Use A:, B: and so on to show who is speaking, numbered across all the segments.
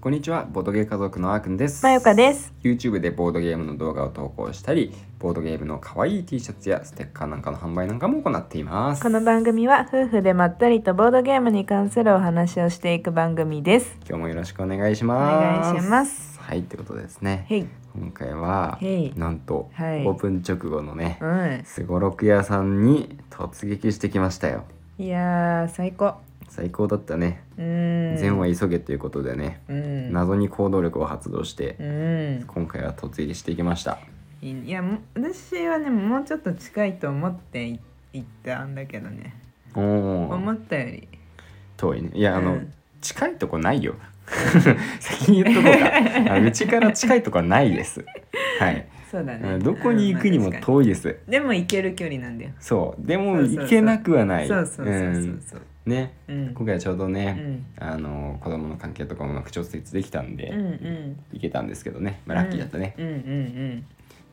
A: こんにちは、ボードゲー家族のあーくんです。
B: まゆかです。
A: YouTube でボードゲームの動画を投稿したり、ボードゲームの可愛い T シャツやステッカーなんかの販売なんかも行っています。
B: この番組は夫婦でまったりとボードゲームに関するお話をしていく番組です。
A: 今日もよろしくお願いし
B: お
A: ます。
B: 願いします。
A: はい、ということでですね。
B: へい。
A: 今回は
B: へい
A: なんと、
B: はい
A: オープン直後のね
B: う
A: すごろく屋さんに突撃してきましたよ
B: ん。いやー、最高。
A: 最高だったね
B: うん。
A: 善は急げということでね、
B: うん。
A: 謎に行動力を発動して、
B: うん。
A: 今回は突撃していきました
B: いや、も私はね、もうちょっと近いと思ってい行ったんだけどね。
A: おお
B: 思ったより。
A: 遠いねいやあの、
B: うん
A: 近いとこないよ 先に言っとこう かあうちから近いとこはないですはい
B: そうだね。
A: どこに行くにも
B: うんまあ確か
A: 遠いです
B: にでも行ける距離なんだよ。
A: そうでも
B: そうそうそう
A: 行けなくはない
B: そうそうそ
A: う
B: うそうんそう。
A: ね
B: うん。
A: 今回はちょうど
B: う
A: ね、
B: ん。
A: あの子供の関係とかもうまく調節できたんで、
B: うんうん。
A: 行けたんですけどね、まあ、ラッキーだったね、
B: うんうんうん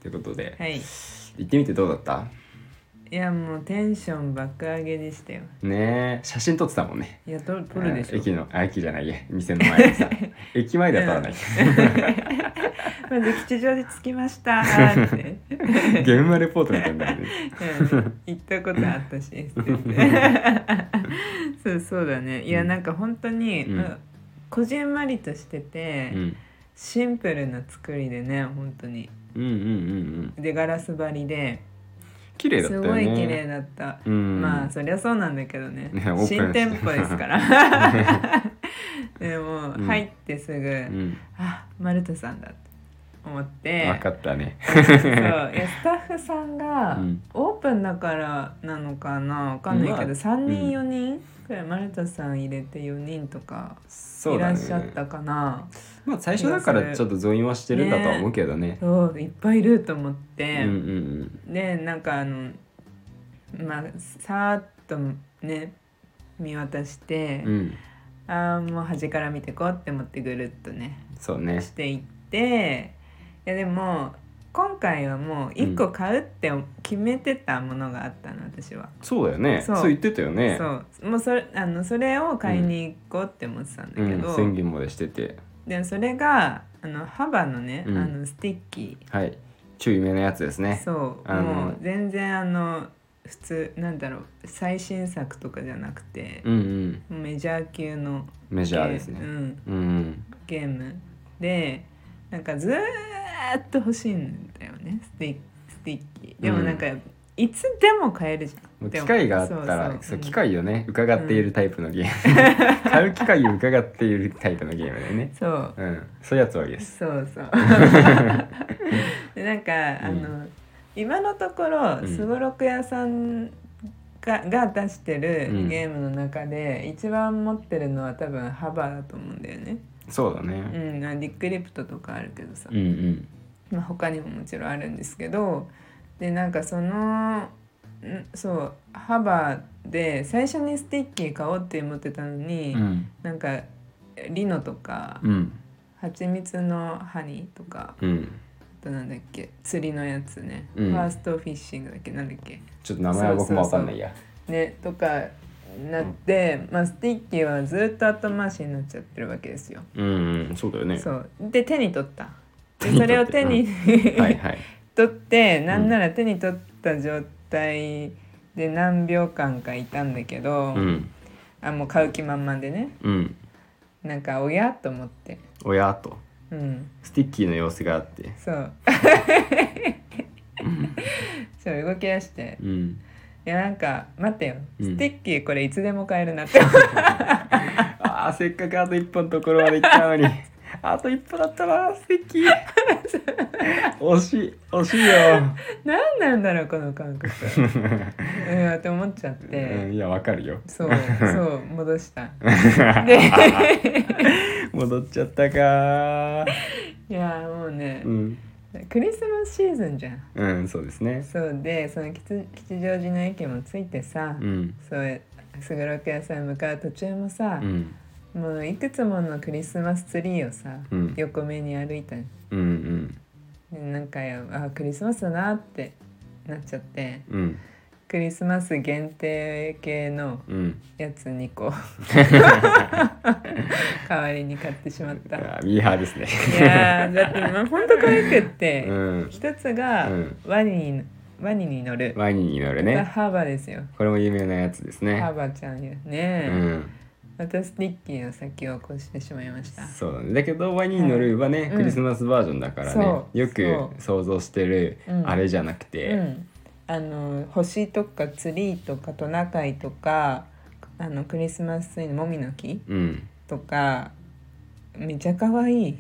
A: ということで、
B: うん。はい。
A: 行ってみてどうだった
B: いやもうテンション爆上げでしたよ。
A: ねえ写真撮ってたもんね
B: いや撮撮るでし
A: うん駅
B: ょ。
A: のあ駅じゃないや店の前で さ駅前では撮らない、
B: まず吉祥寺着きま したーって、
A: 現場レポートみたいにな るね
B: うん、行ったことあったしって言って そうそうだねいや
A: うん
B: なんか本当に、
A: うん
B: うんこじんまりとしてて、
A: うん、
B: シンプルな作りでね本当に
A: うんうんうんうん
B: でガラス張りで
A: 綺麗だった
B: す
A: よね
B: ごい綺麗だった。
A: うん
B: まあそりゃそうなんだけどね
A: ねオープン
B: 新店舗ですから でも
A: うん
B: 入ってすぐ、
A: うん、
B: あマルタさんだと思って
A: 分かったね
B: そういやスタッフさんが、
A: うん
B: オープンだからなのかなわかんないけ
A: ま
B: ど、
A: あ
B: 三3
A: うん
B: 人4人くらいマルタさん入れて4人とか
A: そ
B: いう
A: だ
B: ら
A: ね
B: っしゃったかな
A: まあ最初だからちょっと増員はしてるんだとは思うけどね
B: そう,、いっぱいいると思っ
A: う
B: て、
A: んうん
B: でなんかあのまあさーっとね見渡して
A: うん、うん
B: ああもう端から見てこうって思ってぐるっとね
A: そうね
B: していっていやでも今回はもう1個買うって決めてたものがあったの私は、
A: そうだよねそ
B: そうう
A: 言ってたよね
B: そうもうそれあのそれを買いに行こうって思ってたんだ
A: う
B: け
A: ん
B: ど、
A: 宣言までしてて
B: でもそれがあの幅のね、
A: うん
B: あのスティッキ
A: はい注意めのやつです
B: ー、
A: ね
B: そう
A: あの
B: もう全然あの普通なんだろう最新作とかじゃなくて
A: う、んうん
B: メジャー級の
A: メジャーです
B: ゲー
A: ね
B: ムうん
A: うんうん
B: ゲームでなんかずーっと欲しいんだよねスティスティッキーでもなんか、いつでも買えるじゃ
A: も
B: ん
A: う
B: で
A: 機
B: も
A: 会があった
B: そ
A: ら
B: うそう
A: そう
B: うん
A: 機会をね伺っているタイプのゲーム買う機会を伺っているタイプのゲームだよね
B: そう
A: うんそういうやつはいいです
B: そう そうでなんかあの、今のところ
A: うん
B: すごろく屋さんがが出してる
A: うん
B: ゲームの中で一番持ってるのは多分幅だと思うんだよね。
A: そうだ
B: う
A: ね
B: ん、あディックリプトとかあるけどさ、
A: うんうん
B: まあ、他にももちろんあるんですけどでなんかそのんそう幅で最初にスティッキー買おうって思ってたのに、
A: うん
B: なんかリノとか、
A: うん
B: 蜂蜜のハニーとか
A: うん
B: あとなんだっけ釣りのやつね、
A: うん
B: ファーストフィッシングだっけなんだっけ
A: ちょっと名前は僕もわかんないや
B: ねとかなって、まあ、スティッキーはずっと後回しになっちゃってるわけですよ。
A: うんうんそうだよね
B: そうで手に取った。
A: 手
B: で
A: に取
B: そ
A: って
B: れを手に、
A: はい はい
B: 取ってなんなら手に取った状態で何秒間かいたんだけど、
A: うん
B: あもう買う気満々でね
A: うん
B: なんかおやと思って
A: おやと
B: うん
A: スティッキーの様子があって
B: そうそう動き出して
A: うん
B: いやなんか待てよ
A: うん
B: スティッキーこれいつでも買えるなって、
A: あーせっかくあと一歩のところまで行った のにあと一歩だったなスティッキー 惜しい惜しいよ
B: 何なんだろうこの感覚うんって思っちゃって、
A: うんいやわか るよ
B: そうそう戻した で
A: 戻っちゃったか
B: いやもうね
A: ー、うん
B: クリスマスシーズンじゃん
A: うんそうですね
B: そうでその吉吉祥寺の駅も着いてさ、
A: うん
B: そうすごろく屋さん向かう途中もさ
A: う、ん
B: もういくつものクリスマスツリーをさ、
A: うん
B: 横目に歩いたの
A: うんうん
B: でなんかあクリスマスだなってなっちゃって
A: うん
B: クリスマス限定系の
A: うん
B: やつ2個 代わりに買ってしまったい
A: あミーハーです ね
B: やーだってまあほんと可愛くって、
A: うん
B: 一つが
A: うん
B: ワニにワニに乗る、
A: ワニに乗るね
B: ハーバですよ
A: これも有名なやつです
B: ハ
A: ね
B: ーバちゃんよ
A: う
B: ね、
A: ん
B: またスティッキーの先を越してしまいました
A: そうだねだけどワニに乗るはね
B: うん
A: クリスマスバージョンだからね
B: そう
A: よく想像してる
B: うん
A: あれじゃなく
B: う
A: て
B: ん、あの星とかツリーとかトナカイとかあのクリスマスツリーのモミの木
A: うん
B: とかめちゃ可愛い
A: ね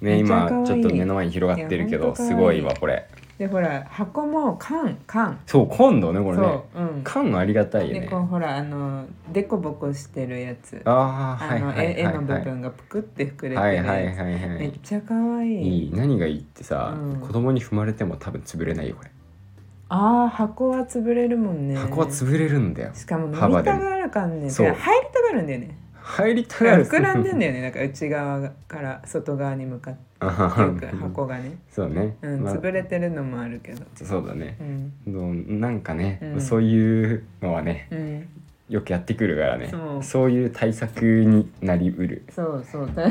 B: めち
A: 今
B: ゃ可愛い
A: ちょっと目の前に広がってるけ
B: いや
A: ど
B: 本当可愛い
A: すごいわこれ
B: でほら箱も缶缶
A: そう今度ねこれ
B: そ
A: ね
B: う、うん、
A: 缶ありがたいよ
B: で
A: ね
B: こうほらあのデコボコしてるやつ
A: ああ
B: あ
A: はい
B: の、
A: はいはい
B: 絵絵の部
A: はい
B: 分がぷくって膨れてるやつ、
A: はいはいはいは
B: め
A: い
B: っちゃ可愛い
A: いい何がいいってさ、
B: うん
A: 子供に踏まれても多分潰れないよこれ
B: あー箱は潰れるもんね
A: 箱は潰れるんだよ
B: しかも飲みた
A: 幅でも
B: がるかんね
A: そう
B: 入りたがるんだよね
A: 入りたがる
B: 膨らんでんだよねなんか内側から外側に向かって
A: あ
B: よく
A: はは
B: 箱がね、
A: そうね、
B: うん、
A: まあ
B: 潰れてるのもあるけど、
A: そうだね
B: うん
A: どうなんかね、
B: うん
A: そういうのはね
B: うん、
A: よくやってくるからね
B: そう
A: いう対策になりうる、
B: そうそう だ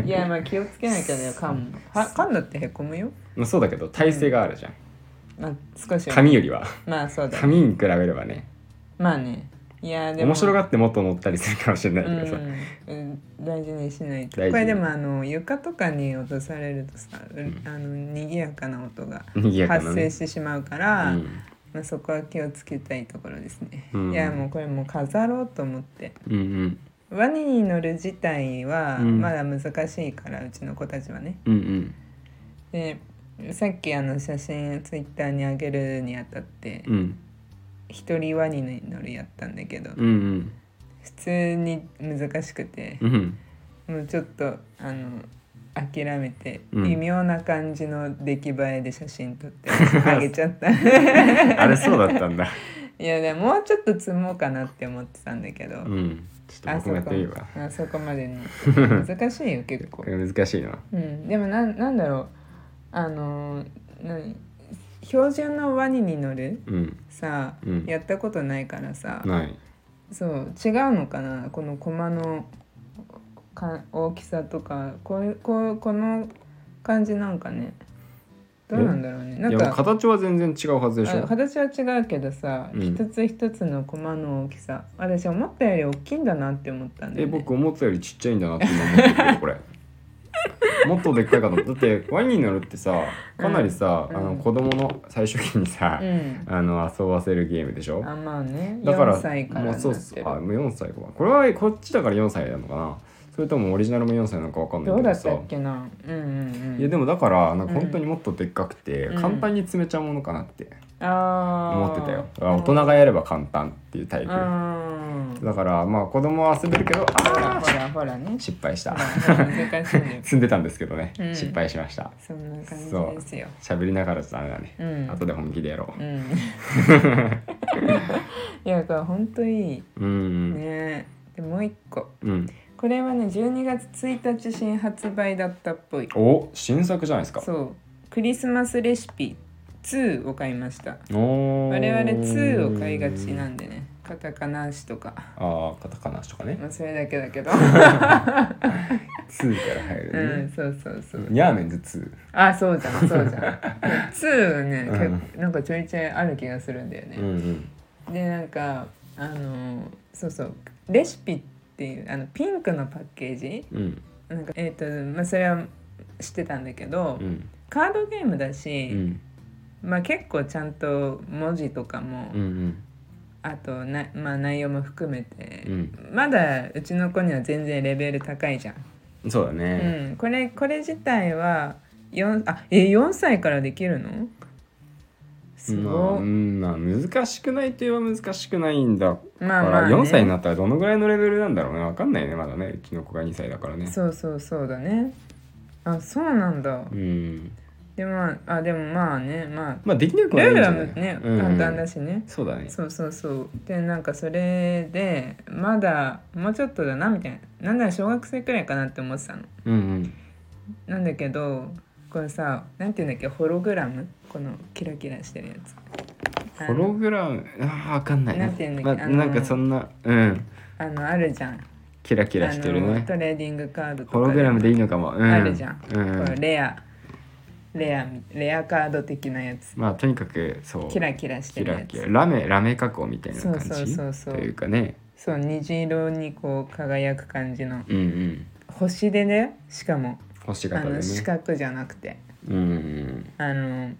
B: いやまあ気をつけなきゃだよ缶もは缶だってへこむよ、
A: まあ、そうだけど体勢があるじゃん、
B: まあ、少しは
A: 紙よりは
B: まあそうだ
A: 紙に比べればね
B: まあねいやでも
A: 面白
B: っ
A: がってもっと乗ったりするかもしれない
B: た
A: けどさ、
B: うんうん、大事にしないとこ
A: 大事に
B: れでもあの床とかに落とされるとさ、うあの賑やかな音が
A: 賑やかな
B: 発生
A: ね
B: してしまうから、
A: うん
B: まあ、そこは気をつけたいところですね、
A: うん
B: いやもうこれもう飾ろうと思って
A: うん
B: ワニに乗る自体は
A: うん
B: まだ難しいから、うちの子たちはね
A: うんうん
B: でさっきあの写真ツイッターに上げるにあたって
A: うんうん
B: 一、人ワニに乗るやったんだけど、
A: うんうん
B: 普通に難しくて
A: う、ん
B: もうちょっとあの諦めて、
A: うん
B: 微妙な感じの出来栄えで写真 撮ってあげちゃった
A: あれそうだったんだ
B: いやでももうちょっと積もうかなって思ってたんだけど、
A: うんちょっと
B: あ
A: 僕
B: そ
A: も
B: こ
A: やってみるわ
B: あそこまで に難しいよ結構
A: こ、れ難しいな
B: うん、でもなんなんだろうあのー何標準のワニに乗る
A: うん
B: さ、
A: うん
B: やったことないからさ、
A: ない
B: そう違うのかなこの駒のか大きさとかこういうこうこの感じなんかねどうなんだろうねないん
A: や
B: か
A: 形は全然違うはずでし
B: あ
A: ょ
B: 形は違うけどさ、
A: うん
B: 一つ一つの駒の大きさ私思ったより大きいんだなって思ったんだ
A: え
B: よ、ね、
A: 僕思ったよりちっちゃいんだなって今思ってるけどこ れもっとでっかいかと思っただってワニに乗るってさかなりさ、
B: うん
A: あ
B: う
A: の
B: ん
A: 子供の最初期にさ
B: う、ん
A: あの遊ばせるゲームでしょ
B: あまあね
A: だから
B: 4歳から
A: も
B: な
A: う
B: って
A: そ
B: る
A: うそうあもう4歳かこれはこっちだから4歳なのかなそれともオリジナルも4歳なのかわかんない
B: ど
A: け
B: うだ
A: ど
B: っ
A: さ
B: たっけなうんうんうん
A: いやでもだからなんか本当にもっとでっかくて、
B: うん
A: 簡単に詰めちゃうものかなって
B: あー
A: 思ってたよ、あ大人がやれば簡単っていうタイプ、
B: うん
A: だからまあ子供は遊べるけど
B: ほ
A: あ
B: ら
A: あ
B: ほらほらね
A: 失敗した
B: ほらほら難しいんだよ
A: 積んでたんですけどね、
B: うん
A: 失敗しました
B: そんな感じ
A: そう
B: ですよ
A: 喋りながらじゃダメだね、
B: うん
A: 後で本気でやろ
B: うん いやこれほんといいう
A: うん
B: ねでもう一個
A: うん、うん、
B: これはね12月1日新発売だったっぽい
A: お新作じゃないですか
B: そうクリスマスレシピ2を買いました
A: お
B: 我々2を買いがちなんんでねカタカナ足とか
A: ああカタカナとかね
B: まあそれだけだ けど
A: 2から入
B: う
A: る
B: ん
A: ね、
B: そうそうそう
A: ニャーメンズ2
B: あそうじゃんそうじゃ ん2ね、結
A: うん
B: 構なんかちょいちょいある気がするんだよ
A: うん
B: ね、でなんかあのーそうそうレシピっていうあのピンクのパッケージ
A: うんうん
B: なんかえっ、とまあそれは知ってたんだけど、
A: うん
B: カードゲームだ
A: う
B: し、
A: ん
B: まあ結構ちゃんと文字とかも、
A: うんうん
B: あとな、まあ、内容も含めて、
A: うん
B: まだうちの子には全然レベル高いじゃん、
A: そうだ
B: う
A: ね、
B: ん、これこれ自体は4あえ4歳からできるのす
A: まあ、
B: ご
A: う
B: い、
A: んまあ難しくないといえば難しくないんだか
B: まあまあ、
A: ら
B: ね、
A: 4歳になったらどのぐらいのレベルなんだろうねわかんないねまだねうちの子が2歳だからね
B: そうそうそうだねあそうなんだ
A: うん
B: でもあでもまあねま
A: まあできな
B: あ
A: くはない
B: ルー
A: ん
B: ル
A: じ
B: は
A: ゃない
B: ね、
A: うん
B: 簡単だしね
A: そうだね
B: そうそうそうでなんかそれでまだもうちょっとだなみたいななんなら小学生くらいかなって思ってたの
A: うんうん
B: なんだけどこれさなんていうんだっけホログラムこのキラキラしてるやつ
A: ホログラムああ分かんない
B: なんていうんだっけ
A: まあ
B: あのー
A: なんかそんなうん
B: あのあるじゃん
A: キラキラしてる
B: あの
A: ね
B: トレーディングカードとか
A: ホログラムでいいのかも、うん、
B: あるじゃん、
A: うん
B: こうレアレアレアカード的なやつ
A: まあとにかくそう
B: キラキラしてるやつ
A: キラキララメラメ加工みたいな感じ
B: そうそうそうそう
A: というかね
B: そう虹色にこう輝く感じの
A: うんうん
B: 星でねしかも
A: 星
B: あ
A: 型で
B: の
A: ね
B: 四角じゃなくて
A: うんうん
B: あの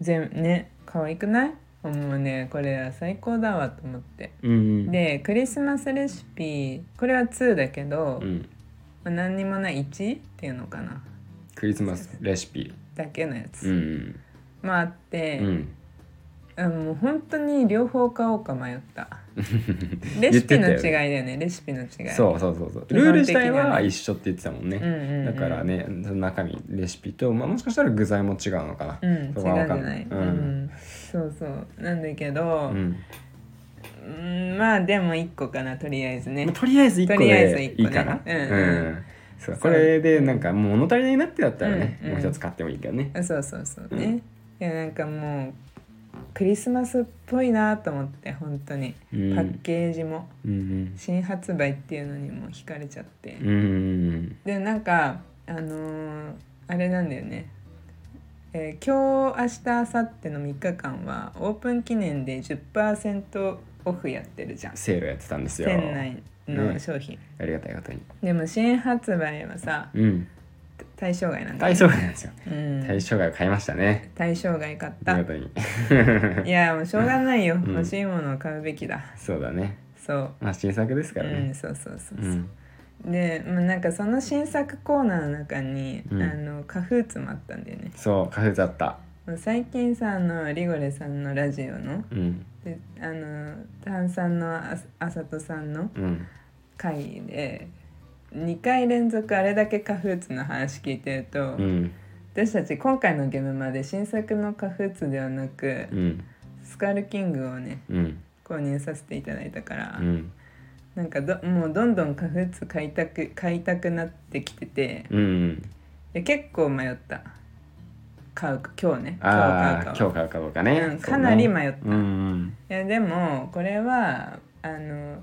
B: 全ね可愛くないもうねこれは最高だわと思って
A: うんうん
B: でクリスマスレシピこれは2だけど、
A: うん
B: まあ何にもない1っていうのかな
A: クリスマスレシピ
B: だけのや
A: う
B: つ
A: ん
B: もあって
A: うん、うん
B: あもう本当に両方買おうか 迷ったレシピの違いだよねレシピの違い
A: そうそうそうそう
B: 基本的に
A: ル
B: はね
A: ール自体は一緒って言ってたもんね、
B: うんうんうん
A: だからねその中身レシピと、まあ、もしかしたら具材も違うのかな、
B: うん違うん
A: そ
B: じ
A: こは
B: ゃ
A: わかん
B: ない、
A: う
B: うん
A: ん
B: そうそうなんだけど、
A: う
B: うん
A: ん
B: まあでも1個かなとりあえずね
A: まあとりあえず1個
B: とりあえず
A: で
B: 一個
A: い
B: ね
A: いかな
B: うんうん
A: そう
B: そう
A: これでなんか物足りないなってだったらね、
B: うんうん
A: もう一つ買ってもいいけどね
B: あそうそうそうね、いやなんかもうクリスマスっぽいなと思って本当に
A: う
B: パ
A: ん
B: ッケージも、
A: うん
B: 新発売っていうのにも惹かれちゃって、
A: うんうん
B: でなんかあのーあれなんだよね、えー今日明日明後日の3日間はオープン記念で10%オフやってるじゃん
A: セールやってたんですよ
B: 店内の
A: ね
B: 商品、
A: ありがたいことに
B: でも新発売はさ
A: うん
B: 対象外なんだ
A: 対象外なんですよ
B: うん
A: 対象外を買いましたね
B: 対象外買っ
A: 見
B: た
A: 事に
B: いやもうしょうがないよ、
A: ん
B: 欲しいものを買うべきだ
A: そうだね
B: そう、
A: まあ新作ですから
B: う
A: ね
B: んそうそうそう
A: う
B: そう、
A: ん
B: でもうなんかその新作コーナーの中に、
A: うん
B: あのカフーツもあったんだよね
A: そうカフェだった
B: もう最近さあのリゴレさんのラジオの
A: うん
B: であの炭酸のああさとさんの
A: うん
B: 回で2回連続あれだけカフーツの話聞いてると、
A: うん
B: 私たち今回のゲームまで新作のカフーツではなく、
A: うん
B: スカルキングをね
A: うん
B: 購入させていただいたから、
A: うん
B: なんかどもうどんどんカフーツ買いたく買いたくなってきてて、
A: うん
B: で結構迷った買うか今日ね
A: ああ
B: 買
A: 今
B: うか買うか
A: 日買うかどうかね、
B: うん
A: そうね
B: かなり迷った
A: うん
B: いやでもこれはあの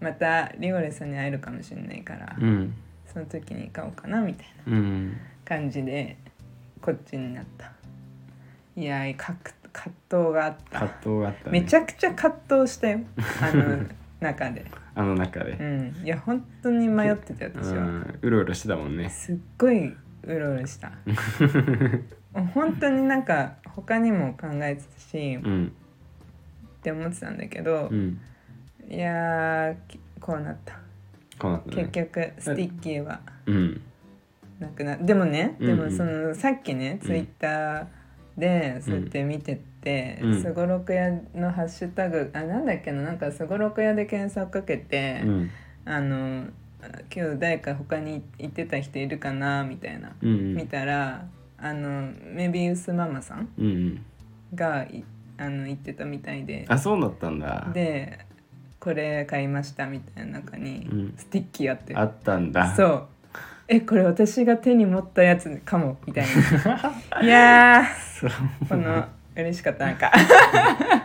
B: またリゴレさんに会えるかもしれないから、
A: うんうん
B: その時に買おうかなみたいな
A: うん
B: 感じでこっちになったいやーかく葛藤があった、
A: 葛藤があった、ね、
B: めちゃくちゃ葛藤したよ あの中で
A: あの中
B: う
A: で、
B: んいや本当に迷ってたよ
A: うん
B: 私は、
A: うろうろしてたもんね
B: すっごいうろうろした 本当になんか他にも考えてたし、
A: う
B: っ
A: ん
B: て思ってたんだけど
A: う、ん
B: いやーきこうなった
A: こうなったね
B: 結局スティッキーは
A: うん
B: なくなでもね、
A: うん
B: でもそのさっきね、
A: うん
B: ツイッターでそうやって見てって
A: うん
B: すごろく屋のハッシュタグあなんだっけななんかすごろく屋で検索かけて、
A: うん
B: あの今日誰か他に行ってた人いるかなみたいな、
A: うんうん
B: 見たらあのメビウスママさん
A: うんうん
B: がいあの行ってたみたいで
A: あそうだったんだ
B: でこれ買いましたみたいな中に、
A: うん
B: スティッキーあって
A: あったんだ
B: そうえこれ私が手に持ったやつかもみたい ないや
A: そう
B: ーこの嬉しかったなんか、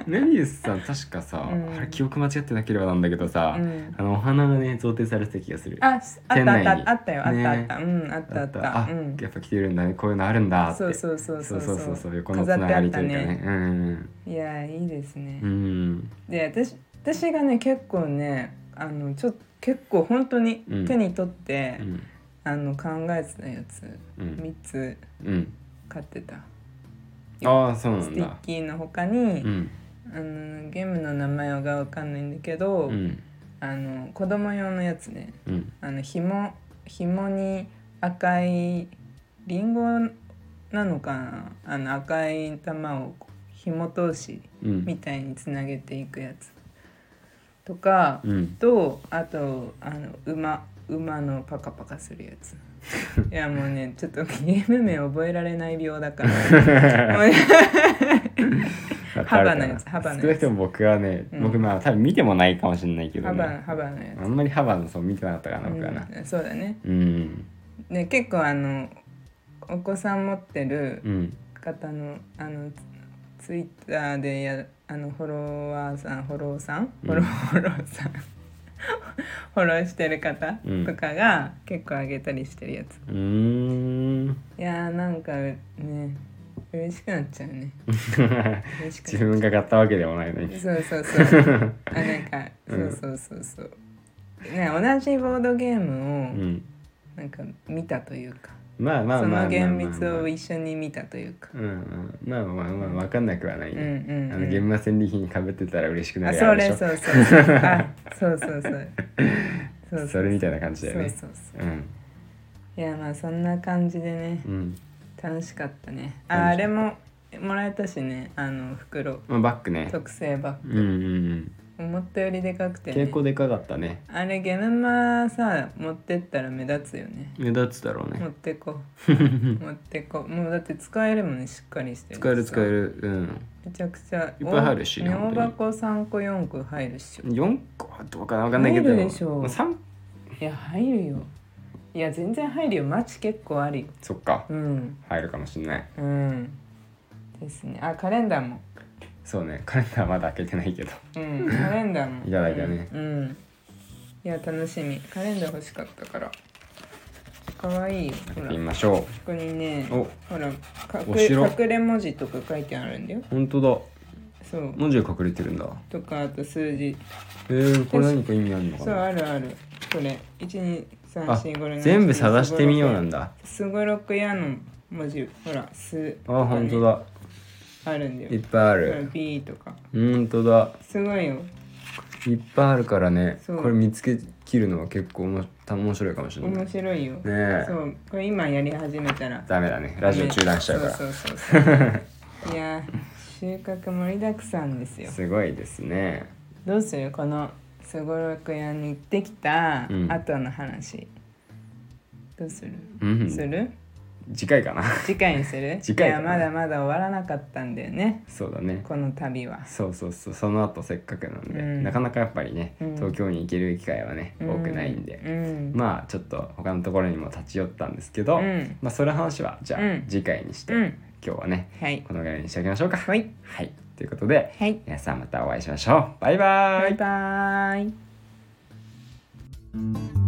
A: メビウスさん確かさ、
B: うん
A: あれ記憶間違ってなければなんだけどさ、
B: うん
A: あのお花がね贈呈されてた気がする
B: あしあっ
A: 店
B: た
A: 内
B: あっ
A: に
B: たあったよあったあった、
A: ね
B: うんあったあった
A: あ
B: うん
A: やっぱ来てるんだねこういうのあるんだって
B: そうそうそう
A: そ
B: そう
A: うそうそうそう横のつ
B: 飾
A: な
B: って
A: が
B: あっ
A: りと
B: た
A: いうかね
B: ね
A: うん
B: いやーいいですね、
A: うん
B: で私私がね結構ねあのちょ結構本当に
A: うん
B: 手に取って、
A: うん
B: あの考えてたやつ
A: うん
B: 3つ
A: うん
B: 買ってた
A: ああそうな
B: ス
A: ん
B: ティッ
A: だ
B: キーの他に、
A: うん
B: あのゲームの名前がわかんないんだけど、
A: うん
B: あの子供用のやつね
A: うん
B: あの紐紐に赤いリンゴなのかなあの赤い玉を紐通し
A: うん
B: みたいにつなげていくやつとか、
A: うん
B: とあとあの馬馬のパカパカするや ついやもうねちょっとゲーム名覚えられない病だから もうね幅のやつ幅のやつ
A: 少なくとも僕はね、
B: うん
A: 僕まあ多分見てもないかもしれないけど、
B: 幅
A: ね、
B: 幅のや
A: あんまり幅のそう見てなかったか
B: つ、
A: な僕はな
B: うんそうだね
A: うん
B: で結構あのお子さん持ってる
A: うん
B: 方のあのツツイッターでやあのフォロワーさんフォローさ
A: う
B: ん
A: ん
B: フォローフォローさん、 フォローしてる方
A: うん
B: とかが結構あげたりしてるやつ、
A: うーん
B: いやーなんかね嬉しくなっちゃ うね嬉しく
A: 自
B: なっ
A: 分が買ったわけでもないのに
B: ちゃうそうそうそう あなんかそうそうそうそう、ね同じボードゲー
A: う
B: ムを
A: ん
B: なんか見たというか、
A: まあまあ
B: そ
A: まあまあまあ
B: の厳密
A: まあ
B: を一緒に見たというか、
A: うんうんまあまあまあ分かんなくはない
B: うん
A: ね、
B: うんうん
A: あの現場戦利品にかぶってたら嬉しくな
B: あ
A: る
B: そ
A: やつでしょ
B: れそうそうそうあそうそうそうそうそう
A: それみたいな感じだよね
B: そうそうそ
A: う
B: う
A: ん
B: いやまあそんな感じでね
A: うん、
B: 楽しかったね
A: 楽しかった
B: ああれももらえたしねあの袋
A: まあ、バッグね
B: 特製バ
A: うんうん
B: ッグ思ったよりでかく
A: う
B: て、
A: ん
B: ね、
A: 結構でかかったね
B: あれゲノマさ持ってったら目立つよね
A: 目立つだろう
B: 持
A: ね
B: ってこ 持ってこもうだって使えるもんねしっかりして
A: 使える
B: さ
A: 使えるうん
B: めちゃくちゃいっ
A: いっぱい入るしね
B: 大
A: 本当に
B: 箱3個4個入るっしょ
A: 4個はどうかな分かんないけど
B: 入るでしょう
A: 三
B: いや入るよいや全然入るよマチ結構あり
A: そっか
B: うん
A: 入るかもしんない
B: うんですねあカレンダーも
A: そうねカレンダーまだ開けてないけど
B: うんカレンダーも
A: いただいたね
B: うん、うんいや楽しみカレンダー欲しかったからかわいいよ
A: 行っ
B: ほら
A: てみ
B: こ
A: ましょ
B: こにね
A: うお
B: ほら隠
A: お城
B: 隠れ文字とか書いてあるんだよ
A: 本当だ
B: そう
A: 文字が隠れてるんだ
B: とかあと数字
A: えー、これ何か意味あるのか
B: そう
A: な
B: あるあるこれ
A: あ
B: 12345
A: 全部探してみようなんだ
B: すごろくやの文字ほら「す」
A: あ本当だ
B: あるんだ
A: いっ
B: よ
A: ぱいあ
B: ほら
A: る
B: B とか
A: 本当だ
B: すごいよ
A: いっぱいあるからね
B: そう
A: これ見つけきるのは結構おも面白いかもしれない
B: 面
A: ね
B: 白いよ、
A: え
B: そうこれ今やり始めたら
A: ダメだねラジオ中断しちゃうから
B: そうそうそう そういやー収穫盛りだくさんですよ
A: すごいですね
B: どうするこのすごろく屋に行ってきた
A: うん
B: 後の話、どうする、
A: うん
B: する
A: 次回かな
B: 次回にする
A: 次回
B: い
A: だ
B: や
A: ね
B: まだまだ終わらなかったんだよね
A: そうだね
B: この旅は
A: そうそうそうその後せっかくなんで、
B: うん
A: なかなかやっぱりね
B: うん
A: 東京に行ける機会はね、多くないんで、
B: うん、
A: まあちょっと他のところにも立ち寄ったんですけど、
B: うん
A: まあそれ話はじゃあ
B: うん
A: 次回にして、
B: うん
A: 今日はね
B: はい
A: このぐらいにしておきましょうか。
B: はい、
A: はい、ということで
B: はい
A: 皆さんまたお会いしましょう。バイバイ
B: バイバイ